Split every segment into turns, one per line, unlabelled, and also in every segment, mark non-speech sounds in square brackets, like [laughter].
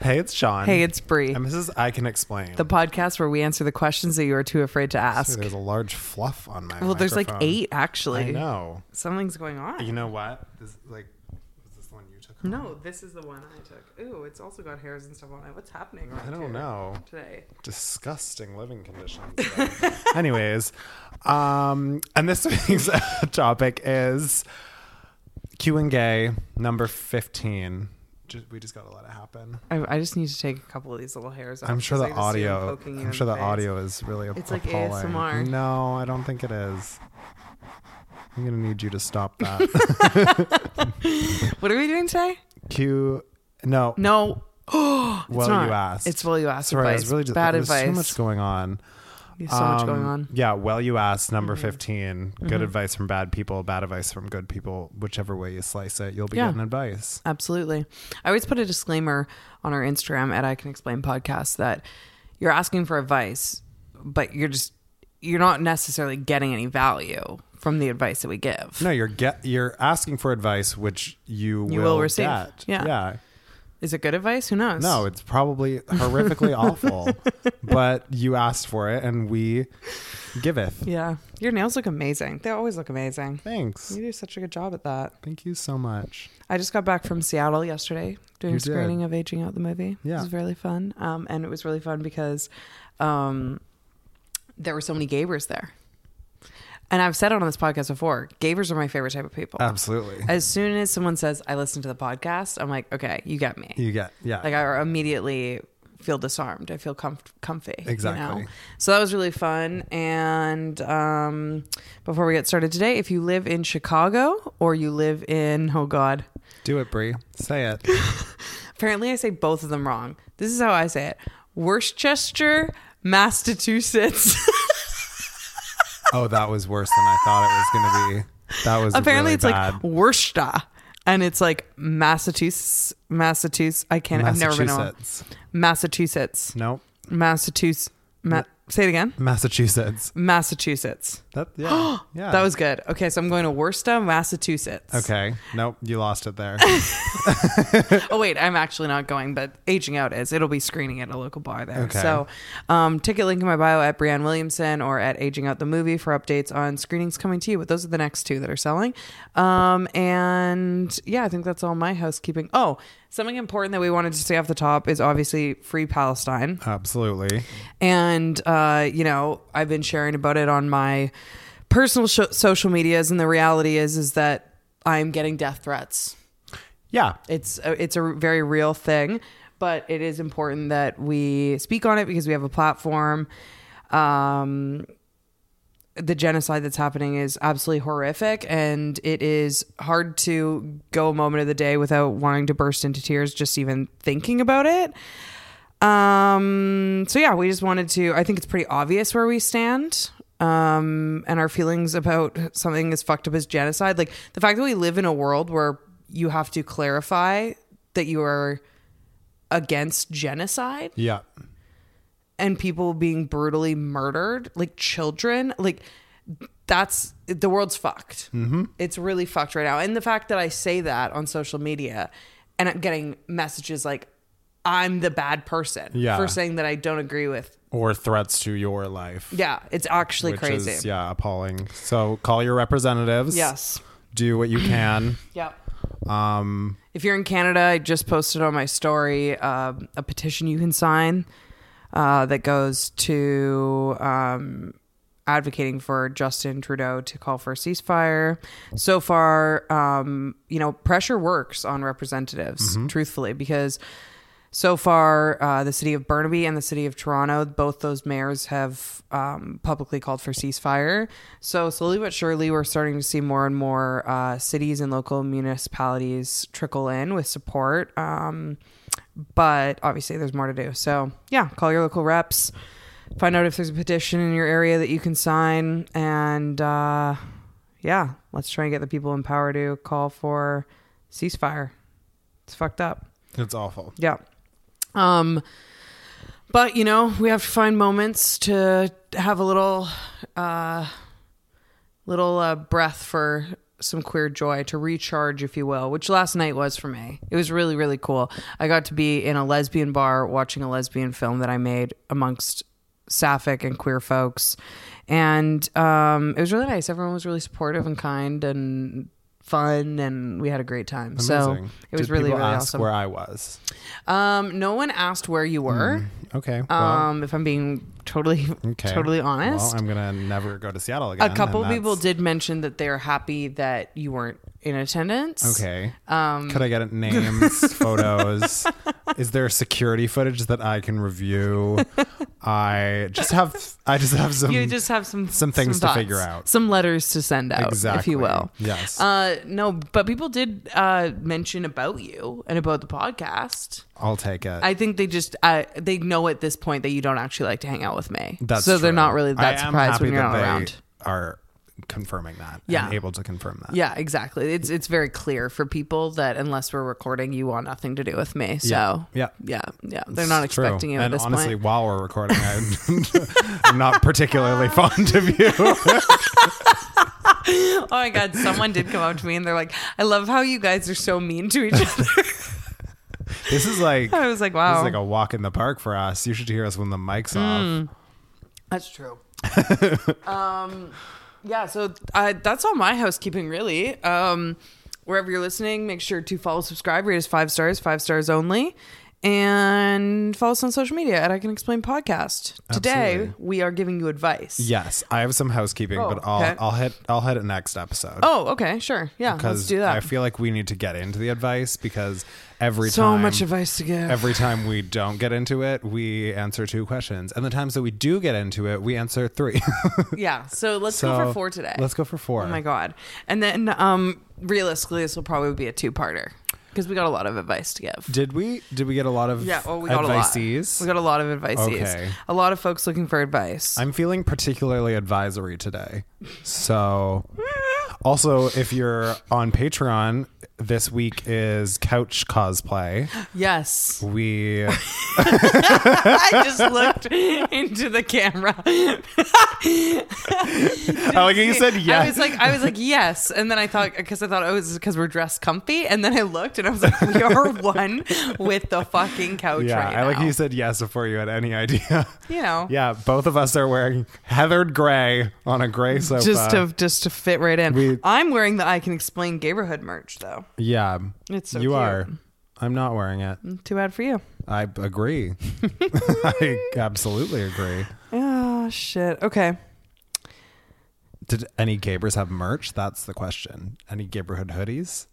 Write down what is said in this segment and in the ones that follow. Hey, it's Sean.
Hey, it's Bree.
And this is I Can Explain.
The podcast where we answer the questions that you are too afraid to
So
ask.
there's a large fluff on my
Well, there's like
microphone.
eight actually.
I know.
Something's going on.
You know what? This like was this the one you took home?
No, this is the one I took. Ooh, it's also got hairs and stuff on it. What's happening right
I
here
don't know.
today?
Disgusting living conditions. [laughs] though. Anyways, um and this [laughs] week's topic is Q and Gay number 15. Ju- we just got to let it happen.
I, I just need to take a couple of these little hairs off.
I'm sure
'cause
the
I just see 'em
audio.
poking you
I'm
in
sure the
face.
audio is really
It's like
appalling.
ASMR.
No, I don't think it is. I'm gonna need you to
[laughs]
stop that.
What are we doing today?
Q. No.
No. [gasps] Oh,
Well,
it's not.
you asked.
It's well, you asked.
Sorry, I
advice.
was really just,
bad
there's
advice.
So much going on.
There's so much
Um,
going on. Mm-hmm.
Yeah. Well, you asked. Number 15 Good advice from bad people. Bad advice from good people. Whichever way you slice it, you'll be
Yeah.
getting advice.
Absolutely. I always put a disclaimer on our Instagram at I Can Explain Podcast that you're asking for advice, but you're just you're not necessarily getting any value from the advice that we give.
No, you're get. You're asking for advice, which you,
You will receive.
get.
Yeah.
Yeah.
Is it good advice? Who knows?
No, it's probably
[laughs]
horrifically awful, but you asked for it and we giveth.
Yeah. Your nails look amazing. They always look amazing.
Thanks.
You do such a good job at that.
Thank you so much.
I just got back from Seattle yesterday doing
You
a
did.
screening of Aging Out the movie.
Yeah.
It was really fun. Um, and it was really fun because um, there were so many gavers there. And I've said it on this podcast before gavers are my favorite type of people.
Uh. Absolutely.
as soon as someone says, I listen to the podcast, I'm like, okay, you get me.
You get yeah.
Like, I immediately feel disarmed. I feel comf- comfy. you know?
Exactly.
So that was really fun. And um, before we get started today, if you live in Chicago or you live in, oh God,
Do it, Brie. Say
[laughs]
it.
Apparently, I say both of them wrong. This is how I say it Worcester,
[laughs]
Massachusetts.
Oh, that was worse than I thought it was gonna be. That was
Apparently,
really
it's
bad.
like Worcester. And it's like Massachusetts, Massachusetts. I can't, [laughs] I've never been on
Massachusetts.
Massachusetts,
Nope.
Massachusetts. Ma- say it again
Massachusetts.
Massachusetts.
That
[gasps]
yeah. yeah.
That was good. Okay, so I'm going to Worcester, Massachusetts.
Okay. Nope. You lost it
[laughs]
there.
Oh wait, I'm actually not going, but aging out is. It'll be screening at a local bar there.
Okay.
So, um, ticket link in my bio at Brianne Williamson or at Aging Out the Movie for updates on screenings coming to you. But those are the next two that are selling. Um, and yeah, I think that's all my housekeeping. Oh, something important that we wanted to say off the top is obviously free Palestine.
Absolutely.
And, uh, you know, I've been sharing about it on my personal sho social medias. And the reality is, is that I'm getting death threats.
Yeah.
It's a, it's a very real thing, but it is important that we speak on it because we have a platform. Um, the genocide that's happening is absolutely horrific, and it is hard to go a moment of the day without wanting to burst into tears just even thinking about it. Um, so yeah, we just wanted to. I think it's pretty obvious where we stand. Um, and our feelings about something as fucked up as genocide. Like the fact that we live in a world where you have to clarify that you are against genocide
Yeah.
and people being brutally murdered, like children, like that's the world's fucked. Mm-hmm. It's really fucked right now. And the fact that I say that on social media and I'm getting messages like, I'm the bad person
Yeah.
for saying that I don't agree with.
Or threats to your life.
Yeah, it's actually
Which
crazy.
is yeah, appalling. So call your representatives.
Yes.
Do what you [sighs] can.
Yep.
Um
If you're in Canada, I just posted on my story um, a petition you can sign uh, that goes to um, advocating for Justin Trudeau to call for a ceasefire. So far, um, you know, pressure works on representatives, truthfully, because so far, uh, the city of Burnaby and the city of Toronto, both those mayors have um, publicly called for ceasefire. So slowly but surely, we're starting to see more and more uh, cities and local municipalities trickle in with support. Um, but obviously, there's more to do. So yeah, call your local reps, find out if there's a petition in your area that you can sign, and uh, yeah, let's try and get the people in power to call for ceasefire. It's fucked up.
it's awful.
Yeah. Um but you know, we have to find moments to have a little uh little uh, breath for some queer joy to recharge, if you will, which last night was for me. It was really, really cool. I got to be in a lesbian bar watching a lesbian film that I made amongst sapphic and queer folks. And um, it was really nice. Everyone was really supportive and kind and fun, and we had a great time. So
Amazing.
it was
Did
really,
people
really
ask
awesome.
Where I was.
um, no one asked where you were.
Okay. Hmm. Well,
um, if I'm being totally,
okay.
totally honest.
Well, I'm gonna never go to Seattle again.
a
and
couple
that's-
people did mention that they're happy that you weren't in attendance.
Okay. Um, Could I
[laughs]
get names, photos? Is there security footage that I can review? I just have. I just have some.
You just have some
some things to
thoughts,
figure out.
some letters to send out,
exactly.
if you will.
Yes.
Uh, no, but people did uh, mention about you and about the podcast.
I'll take it.
I think they just uh, they know at this point that you don't actually like to hang out with me.
That's
so they're
true.
not really that
I am
surprised
happy
when you're
that
not
they
around.
Are confirming that.
Yeah.
And able to confirm that.
Yeah, exactly. It's it's very clear for people that unless we're recording, you want nothing to do with me. So
Yeah. Yeah.
yeah, yeah. They're not
It's true.
expecting you at
and
this
honestly,
point.
while we're recording, I'm, [laughs] I'm not
[laughs]
particularly fond of you.
[laughs] Oh my god, someone did come up to me and they're like, "I love how you guys are so mean to each other." [laughs]
This is like
I was like,
this
Oh, "Wow,
is like a walk in the park for us. You should hear us when the mic's
Hmm.
off.
that's true." [laughs] um, yeah. So uh, that's all my housekeeping, really. Um, wherever you're listening, make sure to follow, subscribe, rate us five stars, five stars only, and follow us on social media at I Can Explain Podcast. Today
Absolutely.
we are giving you advice.
Yes, I have some housekeeping,
Oh,
but I'll
okay.
I'll hit I'll hit it next episode.
Oh, okay, sure. Yeah, let's do that.
I feel like we need to get into the advice because every
so
time
much advice to give.
[laughs] every time we don't get into it, we answer two questions, and the times that we do get into it, we answer three.
yeah. So let's
[laughs] so
go for four today.
Let's go for four.
Oh my god! And then, um, realistically, this will probably be a two-parter because we got a lot of advice to give.
Did we did we get a lot of
Yeah, well, we got
advicees?
a lot. We got a lot of advicees.
Okay.
A lot of folks looking for advice.
I'm feeling particularly advisory today. So, also, if you're on Patreon, this week is couch cosplay. [laughs]
yes, [laughs]
We
I just looked [laughs] into the camera.
I like how you said
I was
yes.
like, I was like, yes, and then I thought because I thought "Oh, it was because we're dressed comfy, and then I looked and I was like,
[laughs]
we are one with the fucking couch
yeah,
right
I like
now.
how you said yes before you had any idea.
you know,
yeah, both of us are wearing heathered gray on a gray sofa.
just to just to fit right in.
We-
I'm wearing the I can explain neighborhood merch though.
yeah,
It's so
you
cute.
are. I'm not wearing it.
Too bad for you.
I
[laughs]
agree. [laughs] I absolutely agree.
Oh shit. Okay.
Did any Gabers have merch? That's the question. Any Gaberhood hoodies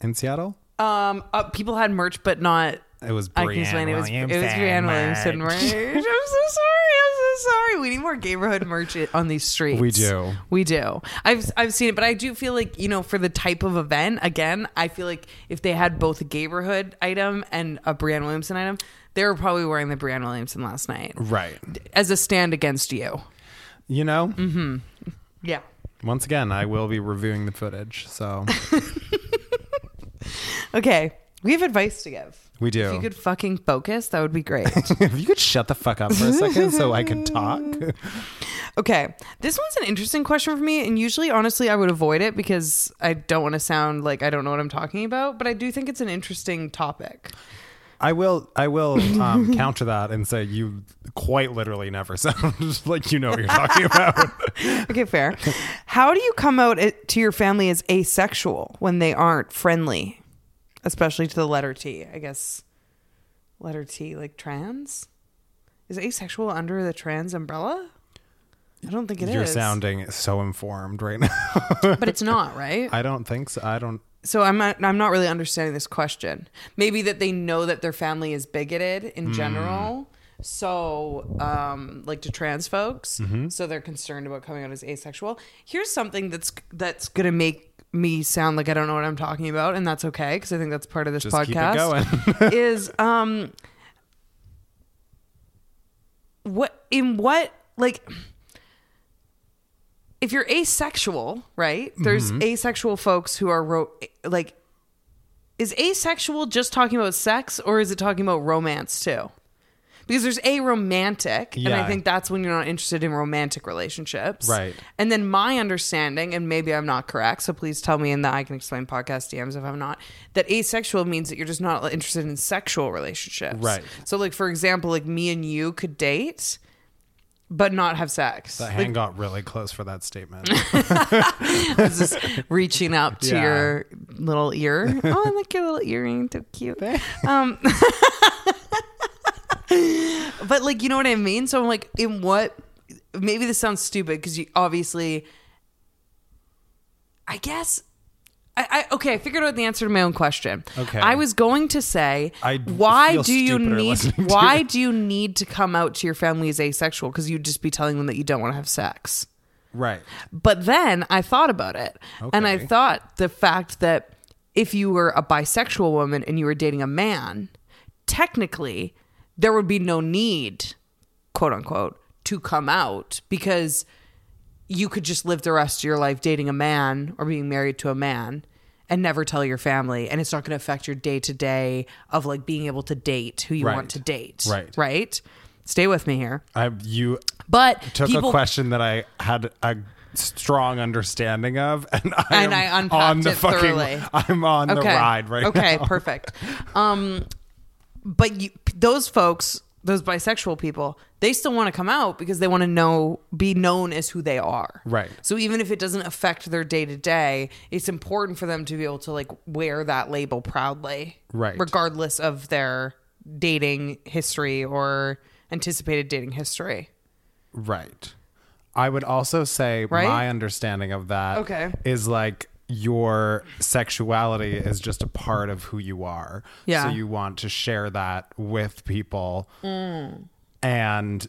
in Seattle?
Um, uh, people had merch, but not.
It was
I can explain.
Brianne
It was it was
Williamson
Brianna Williamson merch.
merch.
I'm so sorry. I'm so sorry. We need more neighborhood merch i- on these streets.
We do.
We do. I've I've seen it, but I do feel like you know for the type of event. Again, I feel like if they had both a neighborhood item and a Brianna Williamson item, they were probably wearing the Brianna Williamson last night
[laughs] Right.
as a stand against you.
You know,
Mm-hmm. Yeah.
once again, I will be reviewing the footage. So
Okay. We have advice to give.
we do.
[laughs] If you could fucking focus, that would be great.
[laughs] if you could shut the fuck up for a second so I could
[laughs]
talk.
Okay. This one's an interesting question for me. And usually, honestly, I would avoid it because I don't want to sound like I don't know what I'm talking about. But I do think it's an interesting topic.
I will I will um, counter that and say you quite literally never [laughs] sound like you know what you're
[laughs]
talking about.
Okay, fair. How do you come out it- to your family as asexual when they aren't friendly, especially to the letter T? I guess letter T, like trans? Is asexual under the trans umbrella? I don't think it
you're
is.
sounding so informed right now. [laughs]
but it's not, right?
I don't think so. I don't
so I'm not, I'm not really understanding this question. Maybe that they know that their family is bigoted
Hmm.
in general. So, um, like to trans folks,
Mm-hmm.
so they're concerned about coming out as asexual. Here's something that's that's gonna make me sound like I don't know what I'm talking about, and that's okay because I think that's part of this
just keep it
podcast.
going.
is um, what in what like if you're asexual, right? There's
Mm-hmm.
asexual folks who are ro- like is asexual just talking about sex or is it talking about romance too? because there's a romantic, and I
Yeah.
think that's when you're not interested in romantic relationships.
Right.
And then my understanding, and maybe I'm not correct, so please tell me in the I Can Explain podcast DMs if I'm not, that asexual means that you're just not interested in sexual relationships.
Right.
So, like, for example, like me and you could date, but not have sex.
The hand got really close for that
[laughs]
statement.
was just reaching up to
Yeah.
your little
[laughs]
ear. Oh, I like your little earring, so cute. Um, [laughs] but like, you know what I mean? So I'm like, in what? Maybe this sounds stupid because you obviously, I guess. I, I, okay, I figured out the answer to my own question.
Okay.
I was going to say,
I
why
feel
do you
stupider
need
listening to
why do you need to come out to your family as asexual? Because you'd just be telling them that you don't want to have sex.
right.
But then I thought about it. And I
Okay.
thought the fact that if you were a bisexual woman and you were dating a man, technically there would be no need, quote unquote, to come out because you could just live the rest of your life dating a man or being married to a man and never tell your family and it's not going to affect your day to day of like being able to date who you want
Right.
to date
Right.
right stay with me here
I you
but
took a
people
question that I had a strong understanding of, and I
And
am
I unpacked
on the
it
fucking.
thoroughly.
I'm on the ride right now.
okay perfect um but you, those folks those bisexual people they still want to come out because they want to know be known as who they are
Right.
so even if it doesn't affect their day to day it's important for them to be able to like wear that label proudly
Right.
regardless of their dating history or anticipated dating history
Right. I would also say
Right?
my understanding of that
Okay.
is like your sexuality is just a part of who you are.
Yeah.
So you want to share that with people.
Mm.
And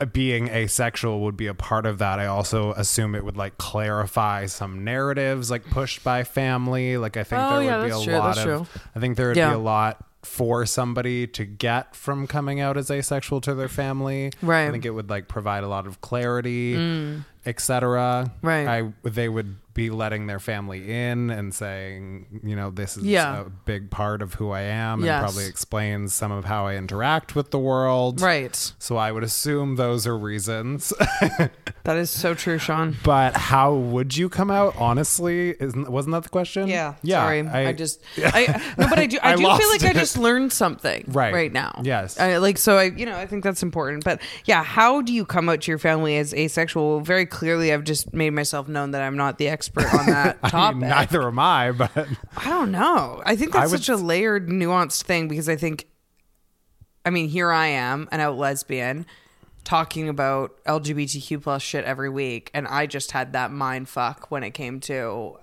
uh, being asexual would be a part of that. I also assume it would like clarify some narratives like pushed by family. Like I think
Oh,
there
yeah,
would be a
that's true,
lot
that's
of
true.
I think there would
Yeah.
be a lot for somebody to get from coming out as asexual to their family.
Right.
I think it would like provide a lot of clarity, etc.
Mm. Right.
I they would be letting their family in and saying, you know, this is
Yeah.
a big part of who I am
Yes.
and probably explains some of how I interact with the world.
right
So I would assume those are reasons. [laughs]
that is so true sean
but how would you come out honestly? Isn't wasn't that the question?
Yeah.
Yeah.
Sorry. I, just
[laughs]
I no, but I do I,
I
do feel
lost
like I
it.
just learned something
Right.
right now.
Yes.
I, like so I you know, I think that's important. But yeah, how do you come out to your family as asexual? Very clearly I've just made myself known that I'm not the expert on that
[laughs]
topic.
I mean, neither am I,
[laughs]
but
I don't know. I think
I
that's
would-
such a layered, nuanced thing because I think, I mean, here I am, an out lesbian, talking about LGBTQ plus shit every week, and I just had that mind fuck when it came to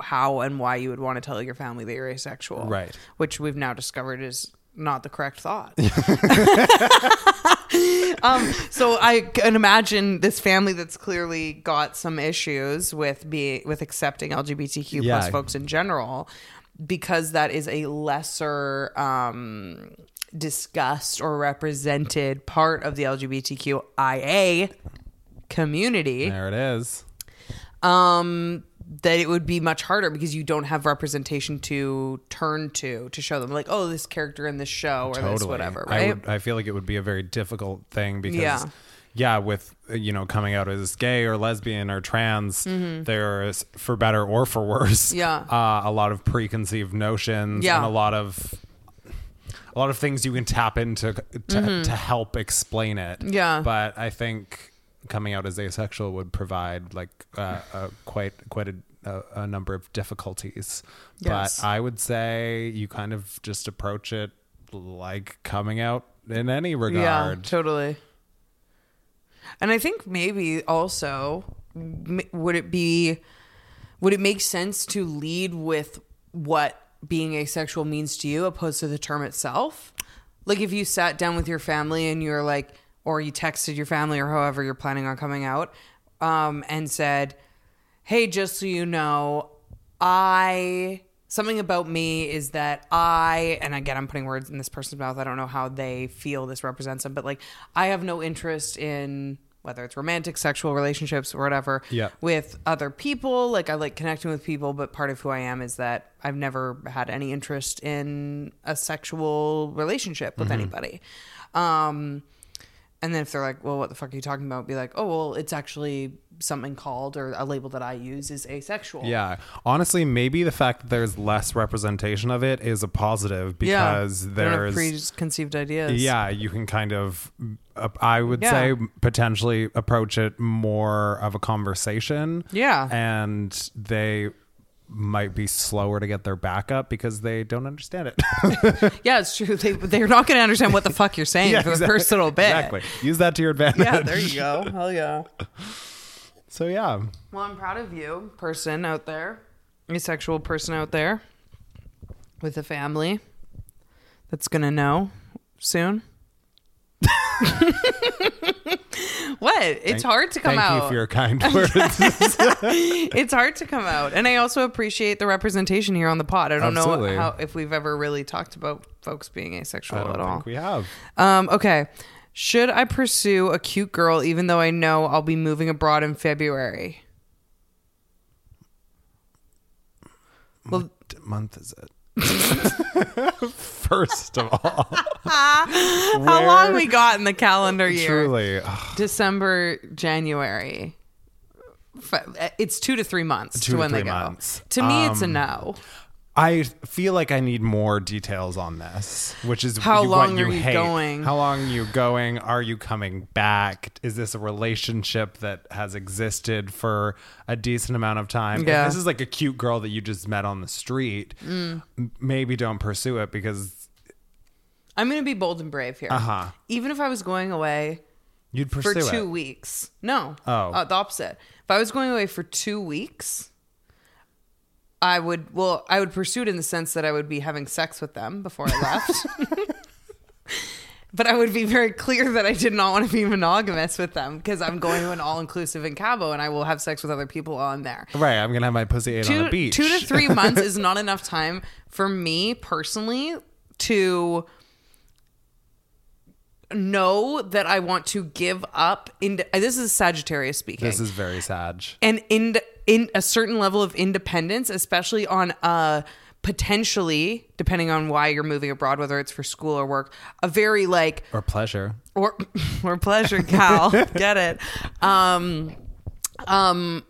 how and why you would want to tell your family that you're asexual,
Right.
Which we've now discovered is not the correct thought. um, so I can imagine this family that's clearly got some issues with being with accepting LGBTQ plus
Yeah.
folks in general, because that is a lesser um, discussed or represented part of the LGBTQIA community.
there it is.
Um, that it would be much harder because you don't have representation to turn to to show them like, oh, this character in this show or this whatever,
I,
right?
would, I feel like it would be a very difficult thing because,
Yeah.
yeah, with uh, you know coming out as gay or lesbian or trans, there's for better or for worse,
Mm-hmm. Yeah.
uh, a lot of preconceived notions
Yeah.
and a lot of a lot of things you can tap into to, to help explain it.
Mm-hmm. Yeah.
but I think coming out as asexual would provide like uh, a quite quite a a, a number of difficulties,
Yes.
but I would say you kind of just approach it like coming out in any regard.
Yeah, totally. And I think maybe also m- would it be would it make sense to lead with what being asexual means to you opposed to the term itself? Like if you sat down with your family and you're like or you texted your family or however you're planning on coming out um and said, "Hey, just so you know, I something about me is that I and again I'm putting words in this person's mouth. I don't know how they feel this represents them, but like I have no interest in whether it's romantic, sexual relationships, or whatever,
Yeah.
with other people. Like I like connecting with people, but part of who I am is that I've never had any interest in a sexual relationship with anybody. Um, and then if they're like, well, what the fuck are you talking about? Be like, oh, well, it's actually something called or a label that I use is asexual.
Yeah. Honestly, maybe the fact that there's less representation of it is a positive
Yeah.
because
They don't have
there's
preconceived ideas.
yeah, you can kind of uh, I would
Yeah.
say potentially approach it more of a conversation.
Yeah.
And they might be slower to get their back up because they don't understand it. [laughs]
Yeah, it's true. They, they're not going to understand what the fuck
[laughs]
you're saying for the
exactly.
first little bit.
Exactly. Use that to your advantage.
Yeah, there you go. Hell yeah.
So yeah.
Well, I'm proud of you, person out there, asexual person out there with a family that's going to know soon. [laughs] what? It's hard to come
Thank
out.
you for your kind [laughs]
[laughs]
words.
it's hard to come out. And I also appreciate the representation here on the pod. I don't
Absolutely.
know how if we've ever really talked about folks being asexual
I don't
at all.
think we have.
Um, okay. Should I pursue a cute girl even though I know I'll be moving abroad in February? Well,
What month is it? [laughs] First of all,
how long we got in the calendar year?
truly, ugh,
December, January. Fe- eh, It's two to three months
Two
to
to
when they
three
go.
months. Um,
To me, it's a no.
I feel like I need more details on this, which is
How
you-
long
what you
are you
hate.
going?
How long are you going? Are you coming back? Is this a relationship that has existed for a decent amount of time? If
Yeah. Mm.
this is like a cute girl that you just met on the street, m- maybe don't pursue it because
I'm going to be bold and brave here.
Uh-huh.
Even if I was going away
you'd
for
pursue
two
it.
weeks. No.
Oh.
Uh, the opposite. If I was going away for two weeks, I would, well, I would pursue it in the sense that I would be having sex with them before I
[laughs]
left. [laughs] but I would be very clear that I did not want to be monogamous with them because I'm going to an all inclusive in Cabo and I will have sex with other people while I'm there.
Right, I'm gonna have my pussy ate
Two,
on a beach.
two to
[laughs]
three months is not enough time for me personally to know that I want to give up. In this is Sagittarius speaking,
This is very sad.
and in in a certain level of independence, especially on a potentially depending on why you're moving abroad, whether it's for school or work, a very like
Or pleasure.
or [laughs] or
[laughs]
pleasure cal get it um um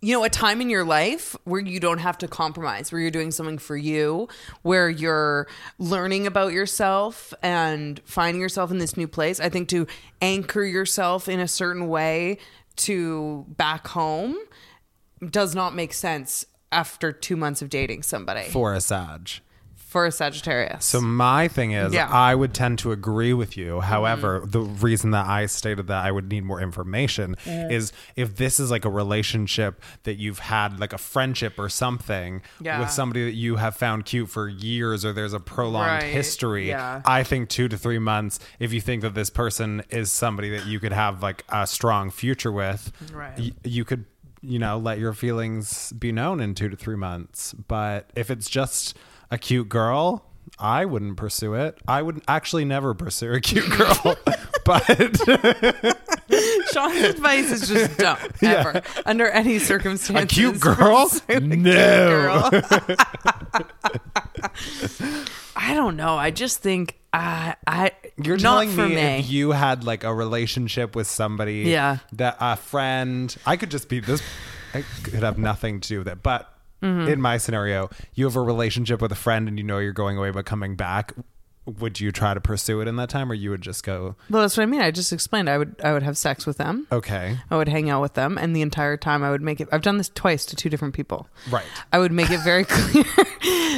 you know a time in your life where you don't have to compromise where you're doing something for you where you're learning about yourself and finding yourself in this new place i think to anchor yourself in a certain way to back home does not make sense after two months of dating somebody for,
for a Sag.
a sagittarius
So my thing is,
Yeah. Mm-hmm.
I would tend to agree with you. However, the reason that I stated that I would need more information
Mm.
is if this is like a relationship that you've had, like a friendship or something
Yeah.
with somebody that you have found cute for years, or there's a prolonged
Right.
history.
Yeah.
I think two to three months. If you think that this person is somebody that you could have like a strong future with,
Right.
y- you could you know let your feelings be known in two to three months but if it's just a cute girl i wouldn't pursue it i would actually never pursue a cute
[laughs]
girl but
[laughs] Sean's advice is just don't ever under any circumstances.
[laughs] a cute girl no [laughs]
Girl. I don't know. I just think uh, I.
you're
not
telling
for
me,
me.
if you had like a relationship with somebody
Yeah.
that a friend i could just be this i could have nothing to do with it but
Mm-hmm.
in my scenario you have a relationship with a friend and you know you're going away but coming back would you try to pursue it in that time or you would just go
well, that's what I mean. I just explained. I would. I would have sex with them.
okay
I would hang out with them, and the entire time I would make it. I've done this twice to two different people.
Right.
I would make it very [laughs] clear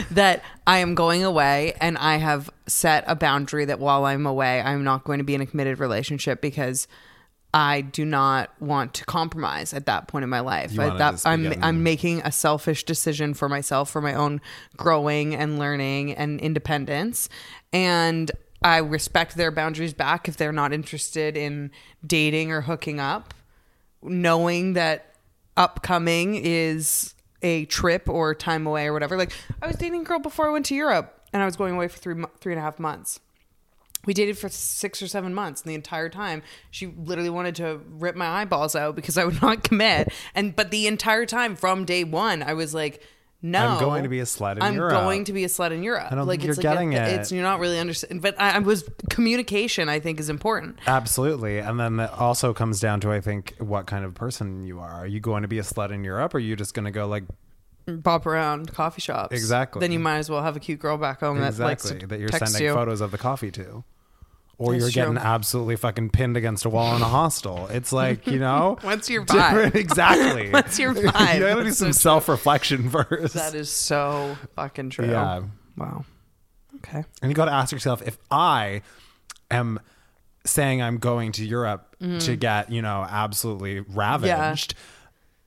[laughs] that I am going away, and I have set a boundary that while I'm away, I'm not going to be in a committed relationship because I do not want to compromise at that point in my life.
You
At
wanna
that-
just be
I'm
getting-
I'm making a selfish decision for myself for my own growing and learning and independence, and. I respect their boundaries back if they're not interested in dating or hooking up knowing that upcoming is a trip or time away or whatever. Like I was dating a girl before I went to Europe, and I was going away for three mo- three and a half months. We dated for six or seven months, and the entire time she literally wanted to rip my eyeballs out because I would [laughs] not commit. And but the entire time from day one, I was like, "No,
I'm going to be a slut in
I'm
Europe."
going to be a slut in Europe."
I don't
like
think
it's
you're
like
getting
a-
it.
It's you're not really understanding. But I, I was communication. I think is important.
Absolutely. And then that also comes down to, I think, what kind of person you are. Are you going to be a slut in Europe or are you just going to go like,
Bop around coffee shops.
Exactly.
Then you might as well have a cute girl back home that likes
exactly,
to
that you're
text
sending
you.
photos of the coffee to? Or
That's
you're getting
true.
absolutely fucking pinned against a wall in a hostel. It's like, you know,
[laughs] What's your vibe?
different- [laughs] exactly.
[laughs] What's your
[laughs]
vibe?
you gotta do
That's
some self [laughs] reflection first.
That is so fucking true.
Yeah.
Wow. Okay.
And you got to ask yourself if I am saying I'm going to Europe to
Mm.
get, you know, absolutely ravaged,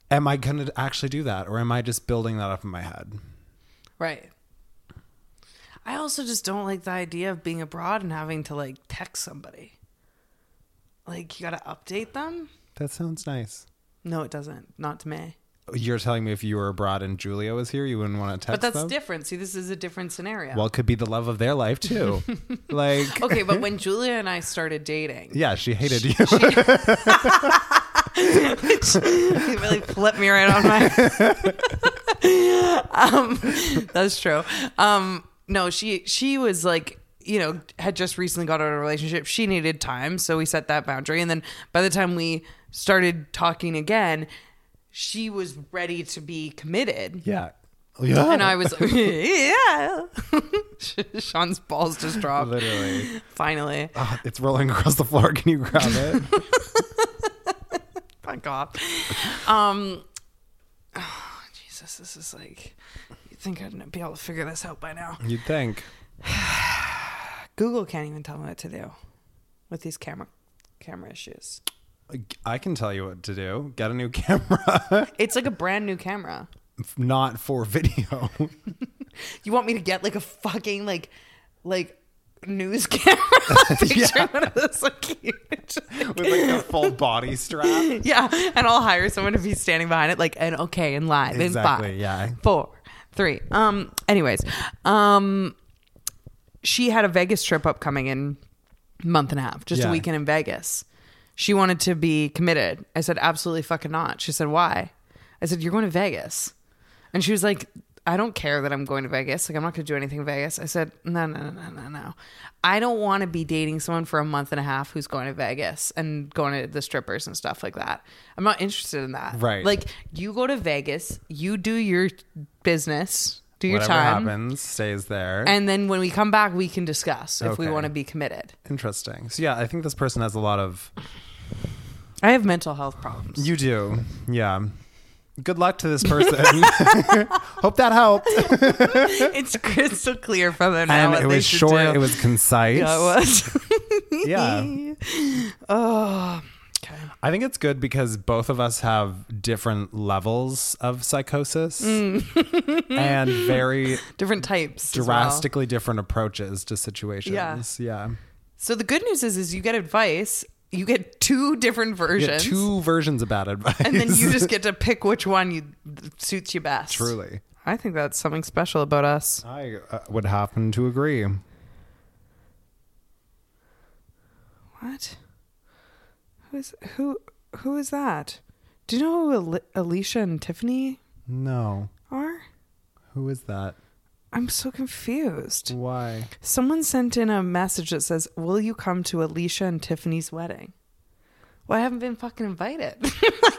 am I going to actually do that or am I just building that up in my head?
Right. I also just don't like the idea of being abroad and having to like text somebody. Like you got to update them?
That sounds nice.
No, it doesn't. Not to me.
You're telling me if you were abroad and Julia was here, you wouldn't want to text
But that's
them?
different. See, this is a different scenario.
Well, [laughs] it could be the love of their life
[laughs]
too. like,
okay, but when Julia and I started dating,
yeah, she hated you.
[laughs] it really flipped me right on my. [laughs] um, that's true. Um, no, she she was like you know had just recently got out of a relationship. She needed time, so we set that boundary. And then by the time we started talking again, she was ready to be committed.
yeah. Yeah.
And I was, [laughs] yeah. [laughs] Sean's balls just dropped.
Literally.
Finally.
Ah, it's rolling across the floor. Can you grab
[laughs]
it?
Fuck off. Um, oh, Jesus, this is like, you'd think I'd be able to figure this out by now.
You'd think.
Google can't even tell me what to do with these camera camera issues.
I can tell you what to do. Get a new camera. [laughs]
It's like a brand new camera.
not for video. [laughs]
You want me to get like a fucking like like news [laughs] camera picture one of those like [laughs] huge.
with like
[laughs]
a full body strap.
Yeah, and I'll hire someone to be standing behind it, like and okay, and live in
Exactly,
five,
yeah.
four, three. Um. Anyways, um, she had a Vegas trip upcoming in a month and a half, just
Yeah.
a weekend in Vegas. She wanted to be committed. I said absolutely fucking not. She said why? I said you're going to Vegas, and she was like. I don't care that I'm going to Vegas. Like, I'm not going to do anything in Vegas. I said, no, no, no, no, no, no. I don't want to be dating someone for a month and a half who's going to Vegas and going to the strippers and stuff like that. I'm not interested in that.
Right.
Like, you go to Vegas, you do your business, do your
Whatever
time,
happens stays there.
and then when we come back, we can discuss if we
Okay.
want to be committed.
Interesting. So yeah, I think this person has a lot of.
I have mental health problems.
You do. Yeah. Good luck to
[laughs]
this person. [laughs] Hope that helped.
it's crystal clear from them now.
And
what
Um, it
they
was
should
short.
do.
It was Um, concise.
Yeah, it was.
[laughs] yeah.
[laughs] oh, okay.
I think it's good because both of us have different levels of psychosis
Mm. [laughs]
and very
Different types. as well.
drastically different approaches to situations. Yeah.
So the good news is, is you get advice. You get two different
You
versions,
get two versions of bad advice.
and then you just get to pick which one you suits you
[laughs]
best.
Truly.
I think that's something special about us.
I uh, would happen to agree.
What? Who's who? Who is that? Do you know who Ali- Alicia and Tiffany
No.
are?
Who is that?
I'm so confused.
Why?
Someone sent in a message that says, "Will you come to Alicia and Tiffany's wedding?" Well, I haven't been fucking invited. [laughs]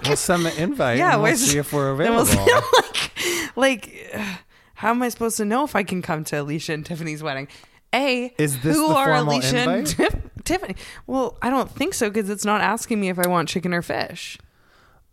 We'll send the invite.
Yeah,
Yeah, and we'll
where's-
see if we're
[laughs] And we'll
available.
see, like, like, [sighs] ugh, how am I supposed to know if I can come to Alicia and Tiffany's wedding? A
Is this
who
the
are
formal
Alicia and Tif- Tiffany? Well, I don't think so because it's not asking me if I want chicken or fish.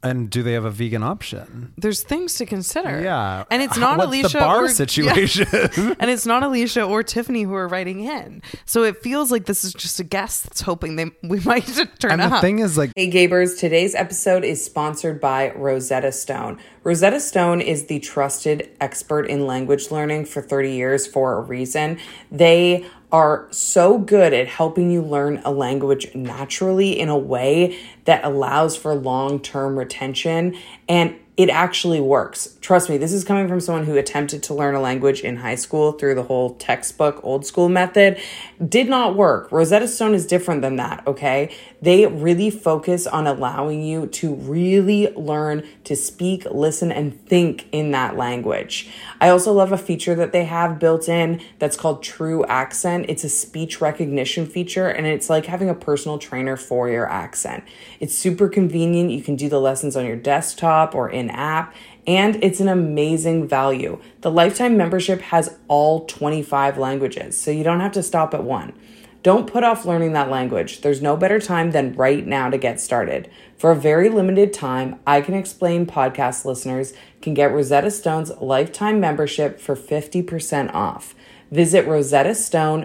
and do they have a vegan option?
There's things to consider.
Yeah,
and it's not
What's
Alicia
The bar
or, [laughs] yeah. Uh-huh.
situation.
[laughs] and it's not Alicia or Tiffany who are writing in. So it feels like this is just a guest that's hoping they we [laughs] might turn
and
up.
the thing is, like,
Hey Gabers, today's episode is sponsored by Rosetta Stone. Rosetta Stone is the trusted expert in language learning for 30 years for a reason. They are so good at helping you learn a language naturally in a way that allows for long term retention. And it actually works. Trust me, this is coming from someone who attempted to learn a language in high school through the whole textbook old school method. Did not work. Rosetta Stone is different than that, okay? They really focus on allowing you to really learn to speak, listen, and think in that language. I also love a feature that they have built in that's called True Accent. It's a speech recognition feature, and it's like having a personal trainer for your accent. It's super convenient. You can do the lessons on your desktop or in app, and it's an amazing value. The lifetime membership has all 25 languages, so you don't have to stop at one. Don't put off learning that language. There's no better time than right now to get started. For a very limited time, I Can Explain podcast listeners can get Rosetta Stone's lifetime membership for 50% off. Visit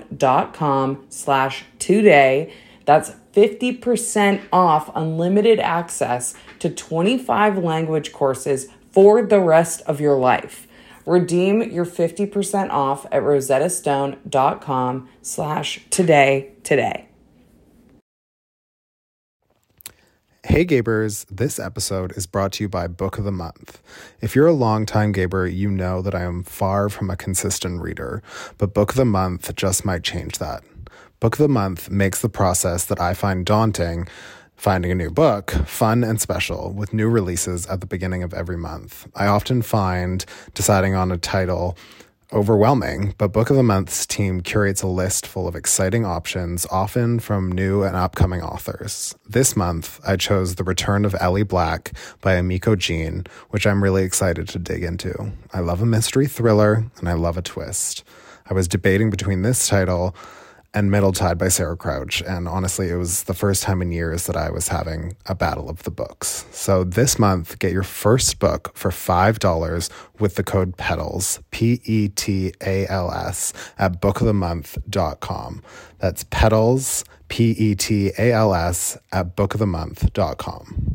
rosettastone.com slash today. That's 50% off unlimited access to 25 language courses for the rest of your life. Redeem your 50% off at rosettastone.com slash today today.
Hey Gabers, this episode is brought to you by Book of the Month. If you're a longtime Gaber, you know that I am far from a consistent reader, but Book of the Month just might change that. Book of the Month makes the process that I find daunting finding a new book fun and special with new releases at the beginning of every month. I often find deciding on a title overwhelming, but Book of the Month's team curates a list full of exciting options, often from new and upcoming authors. This month, I chose The Return of Ellie Black by Amiko Jean, which I'm really excited to dig into. I love a mystery thriller and I love a twist. I was debating between this title and Middle Tide by Sarah Crouch. And honestly, it was the first time in years that I was having a battle of the books. So this month, get your first book for $5 with the code E PETALS, P E T A L S, at bookofthemonth.com. That's E PETALS, P E T A L S, at bookofthemonth.com.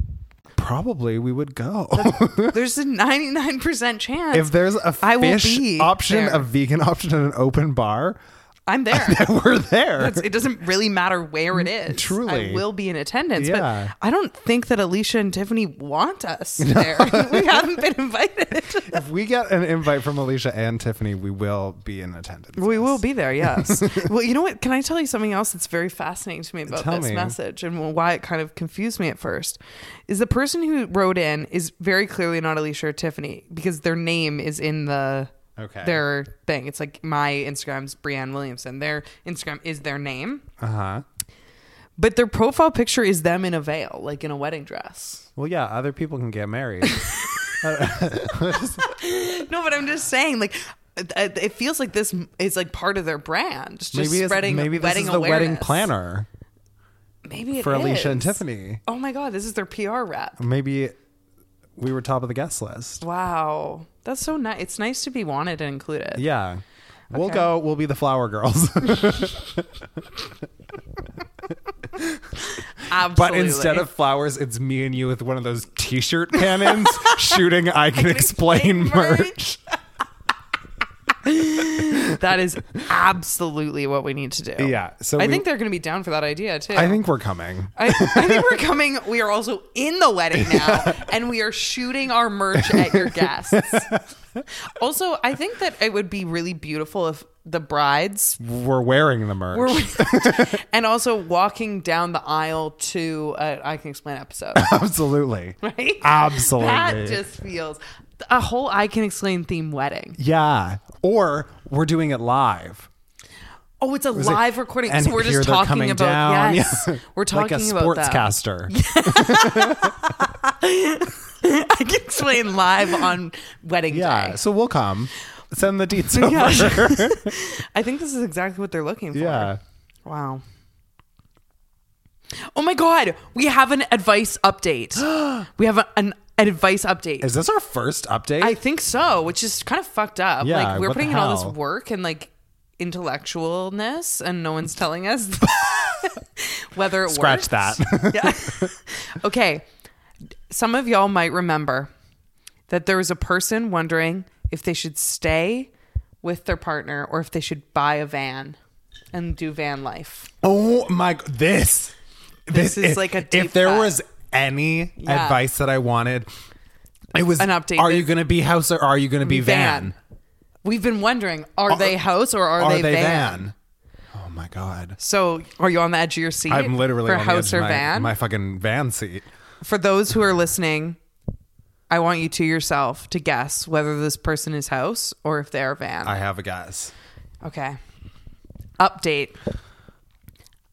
Probably we would
[laughs]
go.
There's a 99%
[laughs]
chance
if there's a
I will
fish
be
option,
there.
a vegan [laughs] option, and an open bar, [laughs]
I'm there.
we're there.
It's- it doesn't really matter where it is.
Truly.
I will be in attendance.
Yeah.
But I don't think that Alicia and Tiffany want us there. [laughs] we haven't been invited.
if we get an invite from Alicia and Tiffany, we will be in attendance.
We will be there, yes. [laughs] well, you know what? Can I tell you something else that's very fascinating to me about
Tell
this
me.
message and why it kind of confused me at first? Is the person who wrote in is very clearly not Alicia or Tiffany because their name is in the
Okay.
their thing. It's like my Instagram's Brianne Williamson. Their Instagram is their name,
Uh huh.
but their profile picture is them in a veil, like in a wedding dress.
Well, yeah, other people can get [laughs] married.
No, but I'm just saying, like, it- it feels like this is like part of their brand. Just
maybe it's,
spreading
maybe this
wedding
is the wedding
awareness.
planner
Maybe it
for Alicia and
is.
Tiffany.
Oh my god, this is their PR rep.
Maybe we were top of the guest list.
Wow, that's so nice. It's nice to be wanted and included.
Yeah. We'll
Okay.
go. We'll be the flower girls. [laughs] but
Absolutely.
instead of flowers, it's me and you with one of those t shirt [laughs] cannons shooting I Can Explain merch.
[laughs] that is absolutely what we need to do.
[laughs] Yeah, so
I
we-
think they're going to be down for that idea too.
I think we're coming.
I, I think we're coming. We are also in the wedding
[laughs]
now, and we are shooting our merch at
[laughs]
your guests. Also, I think that it would be really beautiful if the brides
We're wearing the merch.
were, and also walking down the aisle to a I can explain episode.
[laughs] Absolutely.
Right?
Absolutely.
That just feels a whole I can explain theme wedding.
Yeah. Or we're doing it live.
Oh, it's a live recording,
And
so we're
here
just
they're
talking
coming
about
down.
yes,
Yeah.
we're talking
[laughs] like a
about that.
sportscaster.
[laughs] I can explain live on wedding
Yeah.
day.
So we'll come. Send the deets
[laughs]
over.
I think this is exactly what they're looking for.
Yeah.
Wow. Oh my God, we have an advice
[gasps]
update. we have a, an advice update.
Is this our first update?
I think so, which is kind of fucked up.
Yeah,
like we're
what the
putting in all
hell?
this work and like intellectualness, and no one's
[laughs]
telling us whether it
Scratch
works. [laughs]
that. [laughs]
Yeah. okay. Some of y'all might remember that there was a person wondering if they should stay with their partner or if they should buy a van and do van life.
oh my! g- This.
This is
if-
like a
If
deep
there
cut.
was any
Yeah.
advice that I wanted, It was
An update.
Are you going to be house or are you going to be van?
We've been wondering, are, they house or are,
Are
they,
they
van?
van? Oh my god.
So, are you on the edge of your seat?
I'm literally
for
on the
house
edge of
or
my,
van.
my fucking van seat.
for those who are listening, I want you to yourself to guess whether this person is house or if they are van.
I have a guess.
okay. Update.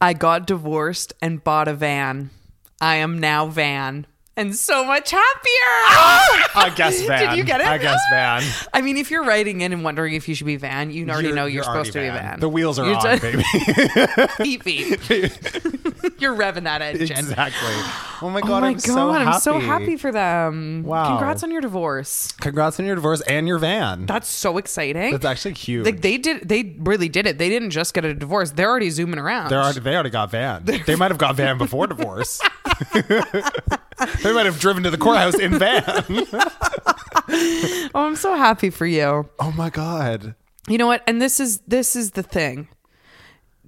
I got divorced and bought a van. I am now van and so much happier.
[laughs] I guess van.
you get it?
I [gasps] guess van.
[laughs] I mean, if you're writing in and wondering if you should be van, you already know you're, supposed to be
already
a van.
The wheels are
You're
on,
just- [laughs]
baby. [laughs]
beep beep. you're revving that engine.
exactly. Oh my god,
Oh my
I'm
god,
so happy.
I'm so happy for them.
Wow.
Congrats on your divorce.
Congrats on your divorce and your van.
That's so exciting.
That's actually huge.
like they did they really did it. They didn't just get a divorce. They're already zooming around.
They're already, they already got van. They might have got van before
[laughs]
divorce. [laughs] they might have driven to the courthouse in van.
oh, I'm so happy for you.
[laughs] Oh my god.
You know what? And this is this is the thing.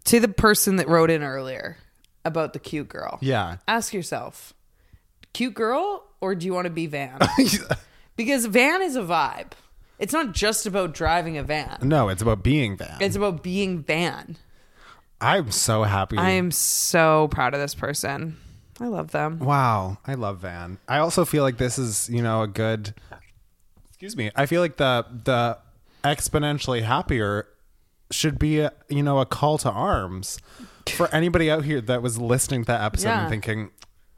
To the person that wrote in earlier about the cute girl.
Yeah.
Ask yourself, cute girl or do you want to be van? [laughs] because van is a vibe. It's not just about driving a van.
[laughs] no, it's about being van.
It's about being van.
I'm so happy.
I am so proud of this person. I love them.
Wow, I love Van. I also feel like this is, you know, a good. Excuse me. I feel like the the exponentially happier should be, a, you know, a call to arms for anybody out here that was listening to that episode
Yeah.
and thinking,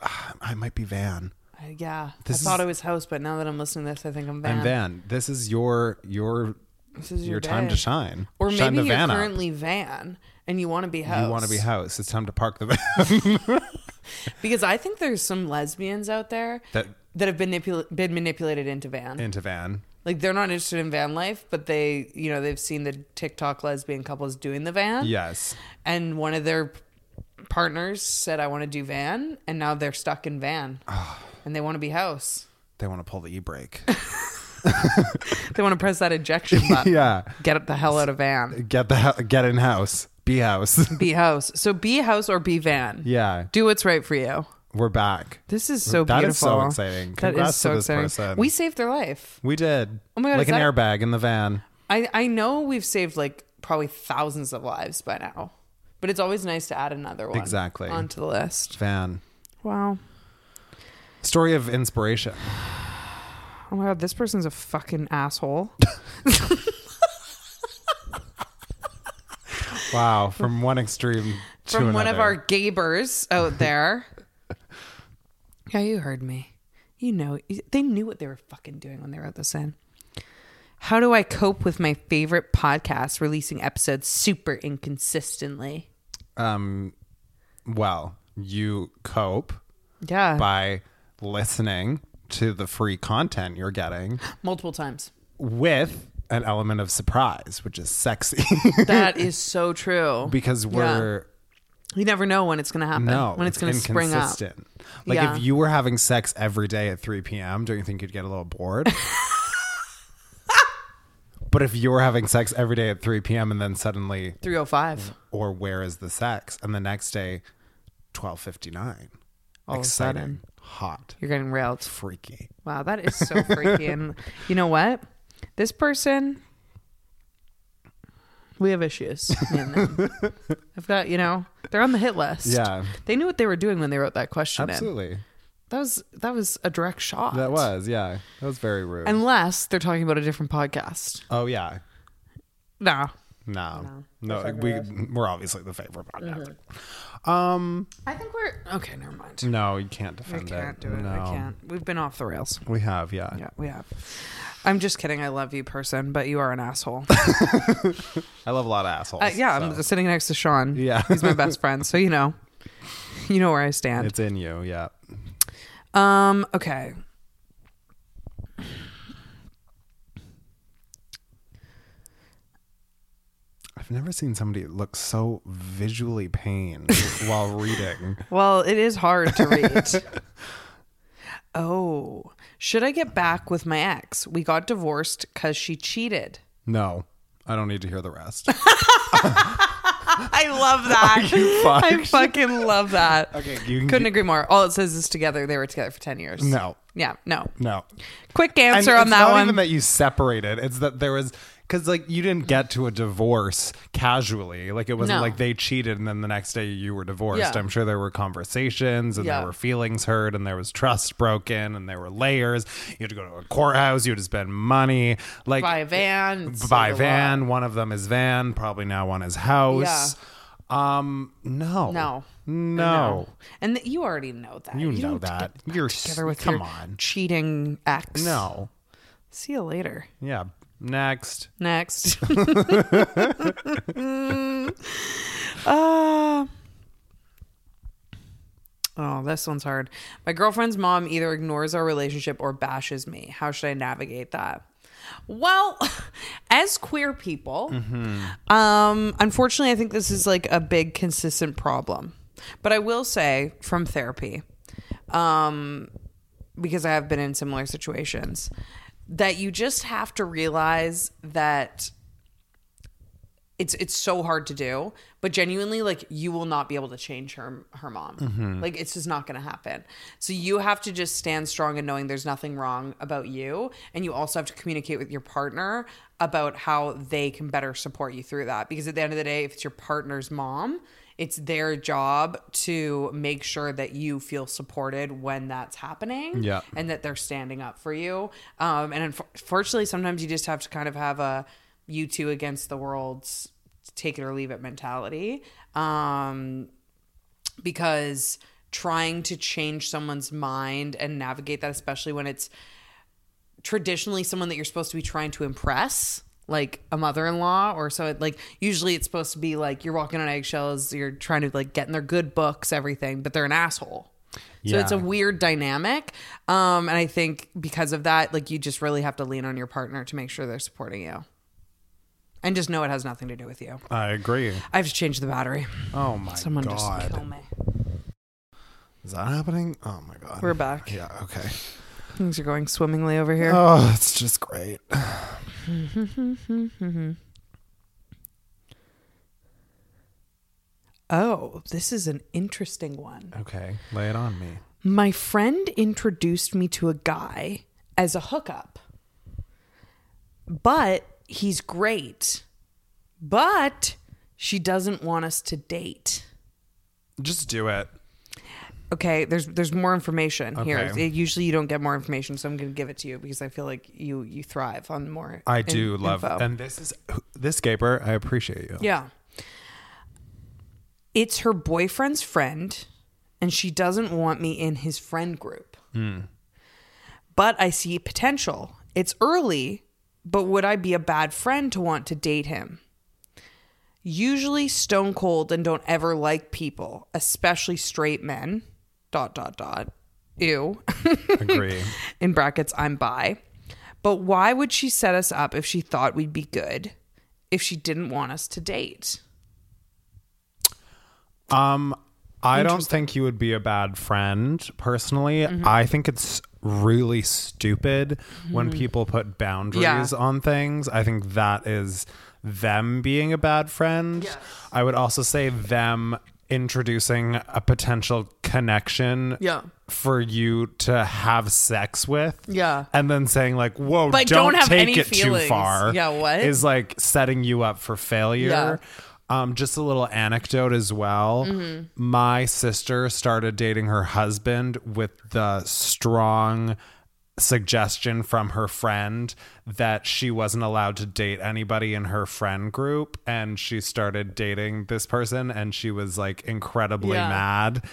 "Ah, I might be Van.
I- yeah.
This
I thought
is-
it was house, but now that I'm listening to this, I think I'm van.
I'm Van. This is your your
This is your
time
day.
to shine.
Or
shine
maybe
the
you're
van up.
currently van and you want to be house.
You want to be house. It's time to park the [laughs] van.
Because I think there's some lesbians out there
That-
that, have been, manipul- been manipulated into van.
into Van.
like they're not interested in van life, but they, you know, they've seen the TikTok lesbian couples doing the van.
Yes.
And one of their partners said, I want to do van. And now they're stuck in van
[sighs]
and they want to be house.
They want to pull the e brake.
They want to press that ejection
[laughs]
button.
yeah.
Get up the hell out of van.
Get the hou- get in house. Be house. [laughs]
Be house. So be house or be van.
yeah.
Do what's right for you.
We're back.
This is so
That is
beautiful.
so exciting.
that
Congrats
is so
to this
exciting.
person.
We saved their life.
We did.
Oh my God,
Like
is
an
that-
airbag in the van.
I, I know we've saved like probably thousands of lives by now, but it's always nice to add another one
Exactly.
onto the list.
Van.
Wow.
Story of inspiration.
Oh my god, this person's a fucking asshole.
Wow. From one extreme to
From one of
another.
our gabers out there. [laughs] yeah, you heard me. You know, they knew what they were fucking doing when they wrote this in. How do I cope with my favorite podcast releasing episodes super inconsistently?
um well, you cope
Yeah.
by listening to the free content you're getting
Multiple times.
with an element of surprise, which is sexy [laughs]
[laughs] That is so true.
because
Yeah.
we're
you never know when it's going to happen.
no
when it's, going to spring up.
inconsistent. Like
Yeah.
if you were having sex every day at 3 p.m., don't you think you'd get a little
[laughs]
bored? but if you're having sex every day at 3 p.m. and then suddenly,
305.
or where is the sex? And the next day, 12:59.
All of a
Exciting,
sudden.
hot,
You're getting railed.
freaky.
Wow, that is so
[laughs]
freaky. And you know what? This person, we have issues. me
[laughs]
and them. I've got, you know, they're on the hit list.
Yeah.
They knew what they were doing when they wrote that question in.
Absolutely.
That was that was a direct shot.
That was, yeah. That was very rude.
Unless they're talking about a different podcast.
oh yeah.
Nah.
No. No, we we're obviously the favorite podcast.
Mm-hmm.
Um
I think we're okay, never mind.
no, you can't
I
defend
can't
it.
do it.
No.
I can't. We've been off the rails.
We have, yeah.
Yeah, we have. I'm just kidding. I love you, person, but you are an asshole.
I love a lot of assholes.
Uh, yeah, I'm
so.
sitting next to Sean.
Yeah.
he's
[laughs]
my best friend, so you know, you know where I stand.
it's in you, yeah.
Um, okay.
I've never seen somebody look so visually pained [laughs] while reading.
Well, it is hard to
[laughs]
read. oh, should I get back with my ex? We got divorced because she cheated. [laughs]
No, I don't need to hear the rest.
I
[laughs]
love that.
you fucked.
[laughs] I fucking love that.
Okay, you can
Couldn't agree more. All it says is together. They were together for 10 years.
No.
Yeah, no.
No.
Quick answer
it's
on that
not
one.
even that you separated. It's that there was because like you didn't get to a divorce casually. Like it wasn't
No.
like they cheated and then the next day you were divorced.
Yeah.
I'm sure there were conversations and
Yeah.
there were feelings hurt and there was trust broken and there were layers. You had to go to a courthouse. You had to spend money. Like
Buy a van. it's
by
like a
van. One of them is van. Probably now one is house. Um. No.
No.
No.
lot. And th- you already know that.
You, know
don't
that.
get
You're
Together with
come
your
on.
cheating ex.
No.
See you later.
Yeah. Next. [laughs]
Next. [laughs] uh, oh, this one's hard. My girlfriend's mom either ignores our relationship or bashes me. How should I navigate that? Well, [laughs] as queer people,
Mm-hmm.
um, unfortunately, I think this is like a big consistent problem. But I will say from therapy, because I have been in similar situations, that you just have to realize that it's it's so hard to do, but genuinely, like you will not be able to change her her mom. Like it's just not going to happen. So you have to just stand strong and knowing there's nothing wrong about you, and you also have to communicate with your partner about how they can better support you through that. Because at the end of the day, if it's your partner's mom, it's their job to make sure that you feel supported when that's happening
Yeah.
and that they're standing up for you um, and unfortunately sometimes you just have to kind of have a you two against the world's take it or leave it mentality um, because trying to change someone's mind and navigate that especially when it's traditionally someone that you're supposed to be trying to impress like a mother-in-law or so it, like usually it's supposed to be like you're walking on eggshells you're trying to like get in their good books everything but they're an asshole so it's a
Yeah.
weird dynamic um and i think because of that like you just really have to lean on your partner to make sure they're supporting you and just know it has nothing to do with you
I agree.
i have to change the battery
Oh my
someone
god.
just kill me
Is that happening? Oh my god.
We're back.
Yeah, okay.
things are going swimmingly over here
Oh, it's just great.
oh this is an interesting one
Okay, lay it on me.
My friend introduced me to a guy as a hookup, but he's great. But she doesn't want us to date.
Just do it.
Okay, there's there's more information here.
Okay.
It- usually you don't get more information, so I'm going to give it to you because I feel like you you thrive on more.
I
in-
do love
info.
And this is this gaper, I appreciate you.
[laughs] Yeah. It's her boyfriend's friend, and she doesn't want me in his friend group. But I see potential. It's early, but would I be a bad friend to want to date him? Usually stone cold and don't ever like people, especially straight men. Dot, dot, dot. Ew. [laughs]
Agree.
in brackets I'm bi. But why would she set us up if she thought we'd be good if she didn't want us to date?
Um, I don't think you would be a bad friend personally.
Mm-hmm.
I think it's really stupid when
Mm-hmm.
people put boundaries on things. I think that is them being a bad friend.
Yes.
I would also say them introducing a potential connection
Yeah.
for you to have sex with.
Yeah.
And then saying like, whoa,
But
don't,
don't have
take
any
it too
feelings.
far.
Yeah, what?
Is like setting you up for failure.
Yeah.
Um, just a little anecdote as well.
Mm-hmm.
My sister started dating her husband with the strong suggestion from her friend that she wasn't allowed to date anybody in her friend group and she started dating this person and she was like incredibly
Yeah.
mad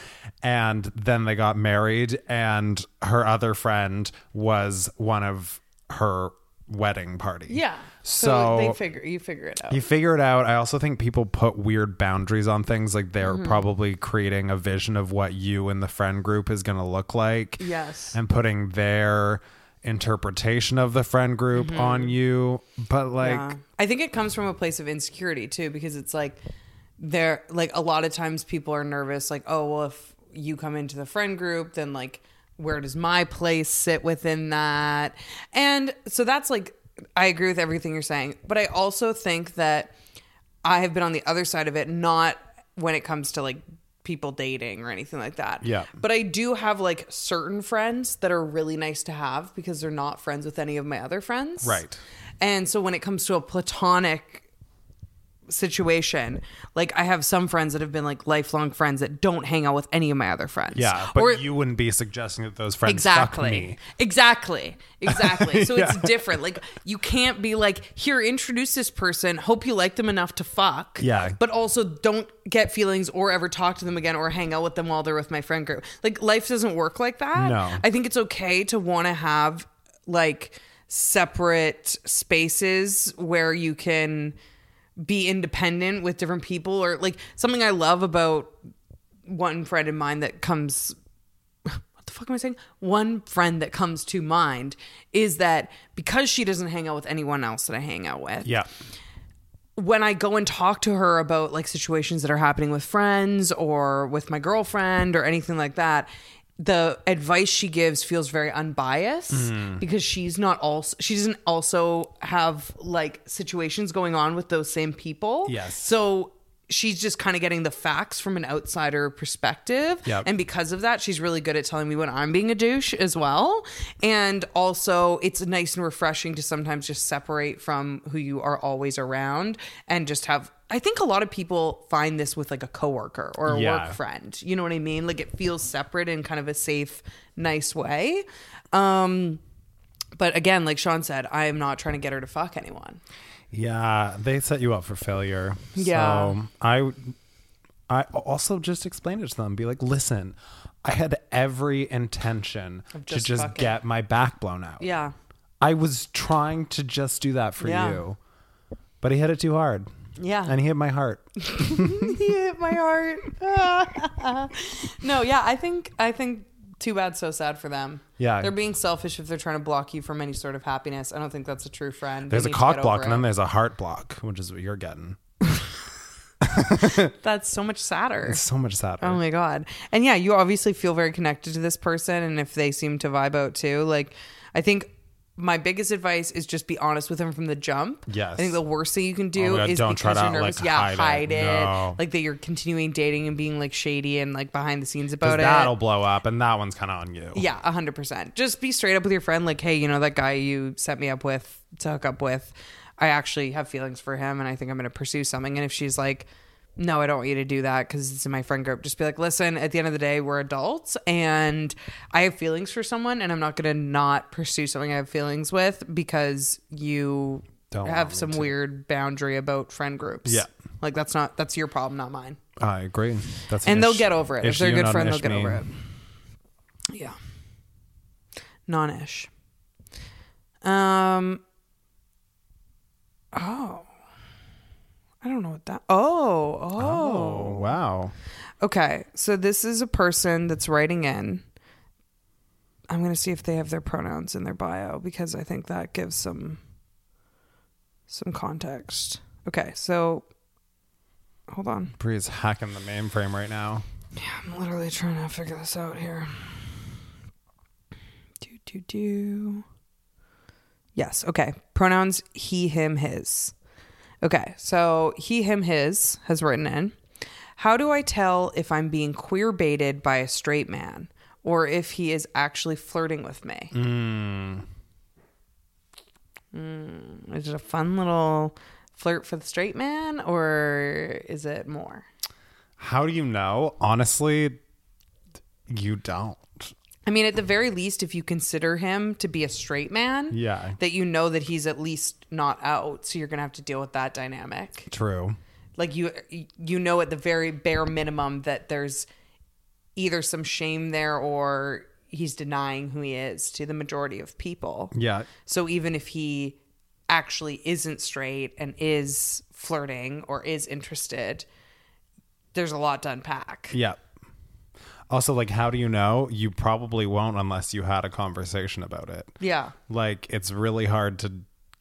and then they got married and her other friend was one of her wedding party
Yeah.
so,
they figure you figure it out.
you figure it out. I also think people put weird boundaries on things. Like they're
Mm-hmm.
probably creating a vision of what you and the friend group is going to look like.
Yes.
And putting their interpretation of the friend group on you. But like,
Mm-hmm. Yeah. I think it comes from a place of insecurity too, because it's like there like a lot of times people are nervous, like, oh well if you come into the friend group, then like where does my place sit within that? And so that's like I agree with everything you're saying. But I also think that I have been on the other side of it, not when it comes to like people dating or anything like that.
Yeah.
But I do have like certain friends that are really nice to have because they're not friends with any of my other friends.
Right.
And so when it comes to a platonic situation, like I have some friends that have been like lifelong friends that don't hang out with any of my other friends.
Yeah, but
Or-
you wouldn't be suggesting that those friends fuck me.
Exactly.
[laughs]
Exactly. So it's different. Like you can't be like, here, introduce this person, hope you like them enough to fuck.
Yeah.
But also don't get feelings or ever talk to them again or hang out with them while they're with my friend group. Like life doesn't work like that.
No.
I think it's okay to want to have like separate spaces where you can be independent with different people or like something I love about one friend of mine that comes what the fuck am I saying? One friend that comes to mind is that because she doesn't hang out with anyone else that I hang out with,
Yeah.
when I go and talk to her about like situations that are happening with friends or with my girlfriend or anything like that, the advice she gives feels very unbiased
Mm-hmm.
because she's not also she doesn't also have like situations going on with those same people.
Yes.
So she's just kind of getting the facts from an outsider perspective.
Yep.
And because of that, she's really good at telling me when I'm being a douche as well. And also, it's nice and refreshing to sometimes just separate from who you are always around and just have. I think a lot of people find this with like a coworker or a
Yeah.
work friend. You know what I mean? Like it feels separate in kind of a safe, nice way. Um, but again, like Sean said, I am not trying to get her to fuck anyone.
Yeah, they set you up for failure.
Yeah.
So I I also just explained it to them. Be like, listen, I had every intention to
just
just
fucking-
get my back blown out.
Yeah.
I was trying to just do that for
Yeah.
you. But he hit it too hard.
Yeah.
And he hit my heart.
[laughs] he hit my heart. [laughs] no, yeah, I think I think too bad, so sad for them.
Yeah.
they're being selfish if they're trying to block you from any sort of happiness. I don't think that's a true friend. They
There's a
need to
cock
get
block
over
and then
it.
there's a heart block, which is what you're getting.
that's so much sadder.
It's so much sadder.
Oh my god! And yeah, you obviously feel very connected to this person, and if they seem to vibe out too, like I think my biggest advice is just be honest with them from the jump.
Yes.
I think the worst thing you can
Oh
do
my God,
is
don't try
because
to,
you're nervous.
like,
yeah,
hide
hide,
it.
it.
No.
Like that you're continuing dating and being like shady and like behind the scenes about it.
that'll blow up and that one's kinda on you.
Yeah, a hundred percent. Just be straight up with your friend, like, hey, you know that guy you set me up with to hook up with. I actually have feelings for him, and I think I'm going to pursue something. And if she's like, no, I don't want you to do that because it's in my friend group, just be like, listen. At the end of the day, we're adults, and I have feelings for someone, and I'm not going to not pursue something I have feelings with because you
Don't want
have
me
some
to.
weird boundary about friend groups.
Yeah.
like that's not that's your problem, not mine.
I agree. That's an
And they'll
ish-
get over it. If
ish
they're a
you,
good
not
friend,
an
they'll
ish
get
me.
over it. Yeah. Non ish. Um Oh. I don't know what that Oh, oh.
Oh wow.
Okay. So this is a person that's writing in. I'm gonna see if they have their pronouns in their bio because I think that gives some some context. Okay, so hold on.
Bree's hacking the mainframe right now.
I'm literally trying to figure this out here. Do do do. Yes, okay. Pronouns he, him, his. Okay, so he, him, his has written in. How do I tell if I'm being queer baited by a straight man or if he is actually flirting with me? Mm, is it a fun little flirt for the straight man or is it more?
How do you know? Honestly, you don't.
I mean, at the very least, if you consider him to be a straight man,
Yeah.
that you know that he's at least not out, so you're gonna have to deal with that dynamic.
True.
Like you, you know, at the very bare minimum that there's either some shame there or he's denying who he is to the majority of people.
Yeah.
So even if he actually isn't straight and is flirting or is interested, there's a lot to unpack.
Yeah. Also, like, how do you know? You probably won't unless you had a conversation about it.
Yeah,
Like, it's really hard to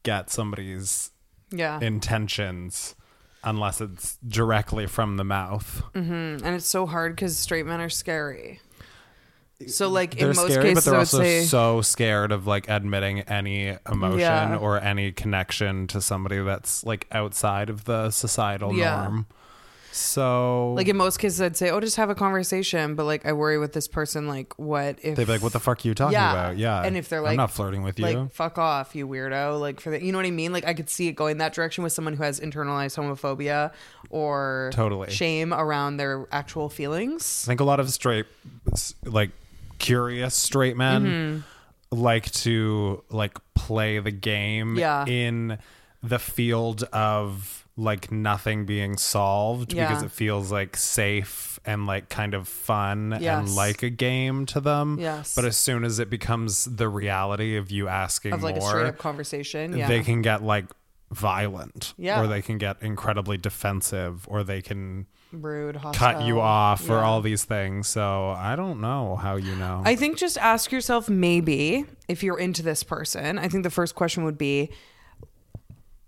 get somebody's
yeah.
intentions unless it's directly from the mouth.
and it's so hard because straight men are scary. So like
They're
in most
scary,
cases,
but
I
they're
would
also
say
so scared of like admitting any emotion
Yeah.
or any connection to somebody that's like outside of the societal
Yeah.
norm. So
like in most cases, I'd say, oh, just have a conversation. But like I worry with this person, like what if
they'd be like, "What the fuck are you talking
Yeah.
about?" Yeah,
And if they're
"I'm
like-
not flirting with you,"
like fuck off you weirdo like for the you know what i mean like i could see it going that direction with someone who has internalized homophobia or
Totally.
shame around their actual
I
feelings
think a lot of straight, s- like curious straight men,
Mm-hmm.
like to like play the game
Yeah.
in the field of like nothing being solved because
Yeah.
it feels like safe and like kind of fun
Yes.
and like a game to them.
Yes.
But as soon as it becomes the reality of you asking
of like a
more,
straight up conversation yeah
they can get like violent
Yeah.
or they can get incredibly defensive or they can
rude hostile.
cut you off or
Yeah.
all these things. So I don't know how you know.
I think just ask yourself maybe if you're into this person. I think the first question would be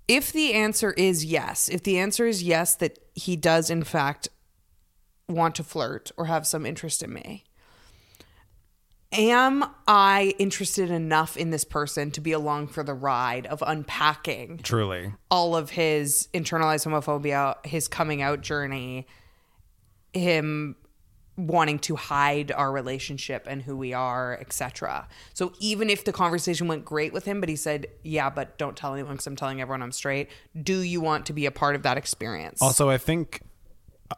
if the answer is yes, if the answer is yes, that he does in fact want to flirt or have some interest in me, am I interested enough in this person to be along for the ride of unpacking
Truly.
all of his internalized homophobia, his coming out journey, him wanting to hide our relationship and who we are, etc. So even if the conversation went great with him, but he said, "Yeah, but don't tell anyone because I'm telling everyone I'm straight." Do you want to be a part of that experience?
Also, I think, uh,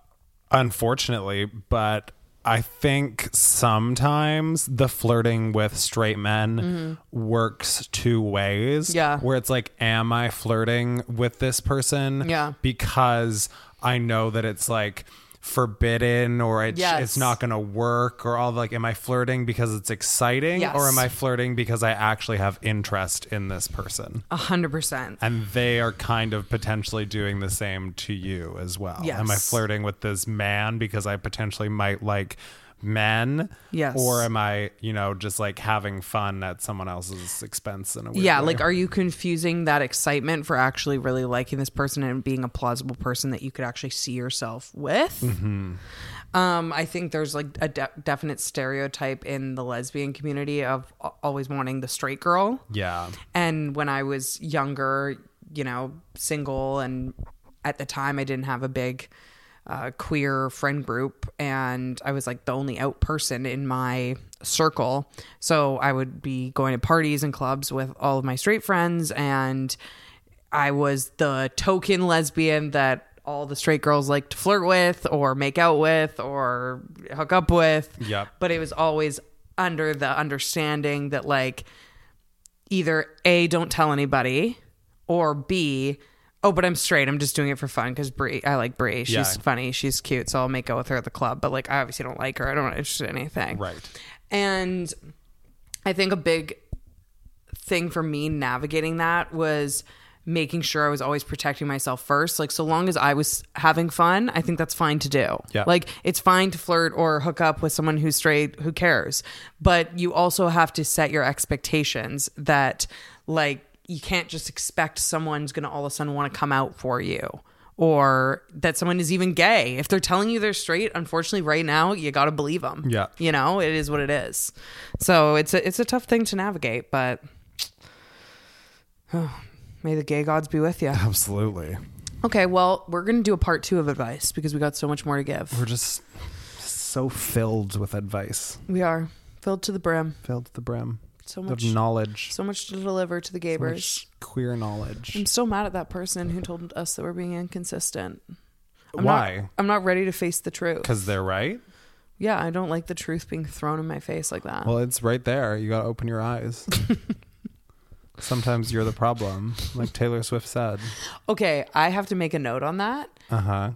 unfortunately, but I think sometimes the flirting with straight men works two ways.
Mm-hmm. Yeah.
Where it's like, am I flirting with this person?
Yeah.
Because I know that it's like, forbidden or it's,
Yes.
it's not gonna work or all like am i flirting because it's exciting
Yes.
or am i flirting because i actually have interest in this person
A hundred percent.
and they are kind of potentially doing the same to you as well.
Yes.
Am I flirting with this man because I potentially might like men?
Yes.
Or am I, you know, just like having fun at someone else's expense in a weird
Yeah,
way?
like are you confusing that excitement for actually really liking this person and being a plausible person that you could actually see yourself with? Um, I think there's like a de- definite stereotype in the lesbian community of a- always wanting the straight girl.
yeah.
And when I was younger, you know, single, and at the time I didn't have a big uh, queer friend group, and I was like the only out person in my circle. So I would be going to parties and clubs with all of my straight friends, and I was the token lesbian that all the straight girls like to flirt with or make out with or hook up with.
Yep.
But it was always under the understanding that like either A, don't tell anybody, or B, oh, but I'm straight. I'm just doing it for fun because Brie, I like Brie. She's
Yeah.
funny. She's cute. So I'll make out with her at the club. But like, I obviously don't like her. I don't want to interested in anything.
Right.
And I think a big thing for me navigating that was making sure I was always protecting myself first. Like, so long as I was having fun, I think that's fine to do.
Yeah.
Like, it's fine to flirt or hook up with someone who's straight, who cares? But you also have to set your expectations that, like, you can't just expect someone's going to all of a sudden want to come out for you or that someone is even gay. If they're telling you they're straight, unfortunately right now, you got to believe them.
Yeah.
You know, it is what it is. So, it's a, it's a tough thing to navigate, but [sighs] May the gay gods be with you.
Absolutely.
Okay, well, we're going to do a part two of advice because we got so much more to give.
We're just so filled with advice,
We are filled to the brim.
filled to the brim
So
of
much,
knowledge,
so much to deliver to the gaybers.
much queer knowledge.
I'm so mad at that person who told us that we're being inconsistent. I'm Not,
Why?
I'm not ready to face the truth.
Because they're right.
Yeah, I don't like the truth being thrown in my face like that.
Well, it's right there. You got to open your
[laughs]
eyes. Sometimes you're the problem, like Taylor Swift said.
Okay, I have to make a note on that.
Uh huh.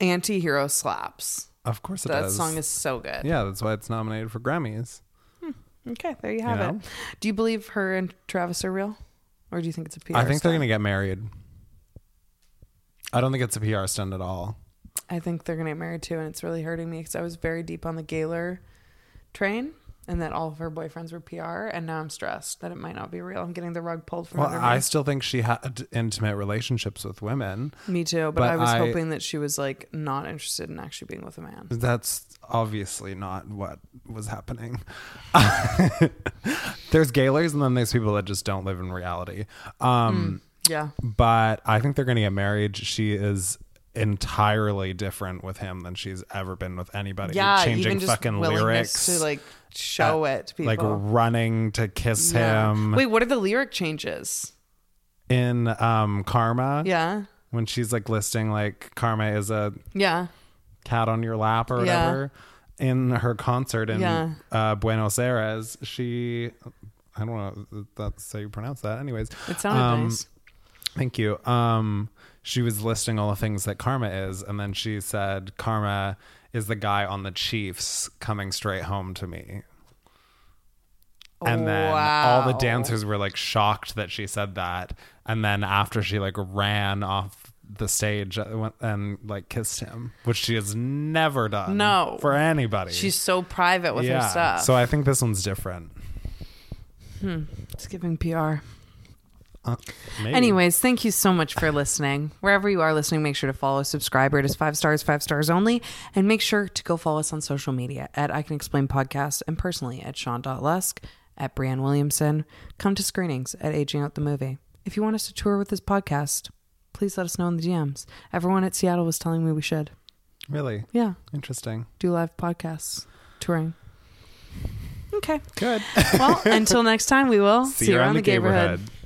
Anti hero slaps.
Of course it
That
does.
song is so good.
yeah, that's why it's nominated for Grammys.
Okay, there you have
know?
it. Do you believe her and Travis are real? Or do you think it's a PR
I think they're
stunt?
going to get married. I don't think it's a PR stunt at all.
I think they're gonna get married too, and it's really hurting me because I was very deep on the Gaylor train, and that all of her boyfriends were PR, and now I'm stressed that it might not be real. I'm getting the rug pulled from
Well,
under me.
I still think she had intimate relationships with women.
me too, but,
but
I was
I-
hoping that she was like not interested in actually being with a man.
That's obviously not what was happening. [laughs] there's gaylers and then there's people that just don't live in reality. Um,
Yeah,
But I think they're going to get married. She is entirely different with him than she's ever been with anybody.
yeah,
changing
even just
fucking
willingness
lyrics,
to like show it to people.
like running to kiss
Yeah.
him
Wait, what are the lyric changes?
in um, Karma.
Yeah,
when she's like listing like Karma is a
yeah.
cat on your lap or
Yeah.
whatever in her concert in
Yeah.
uh, Buenos Aires. She, I don't know, if that's how you pronounce that. Anyways,
It sounded
um,
nice.
Thank you. Um, she was listing all the things that Karma is, and then she said, "Karma is the guy on the Chiefs coming straight home to me." And then all the
Wow.
dancers were like shocked that she said that. And then after she like ran off the stage and, and like kissed him, which she has never done.
No.
for anybody.
She's so private with her stuff.
So I think this one's different.
it's giving PR.
Uh, maybe.
Anyways, thank you so much for listening. Wherever you are listening, make sure to follow, subscribe, rate us five stars, five stars only, and make sure to go follow us on social media at I Can Explain Podcast and personally at Sean.Lusk, at Brianne Williamson. Come to screenings at Aging Out the Movie. If you want us to tour with this podcast, please let us know in the DMs. Everyone at Seattle was telling me we should.
really
Yeah,
interesting.
do live podcasts, touring. Okay.
Good.
Well, until next time, we
[laughs]
will
See you around the
neighborhood.
neighborhood.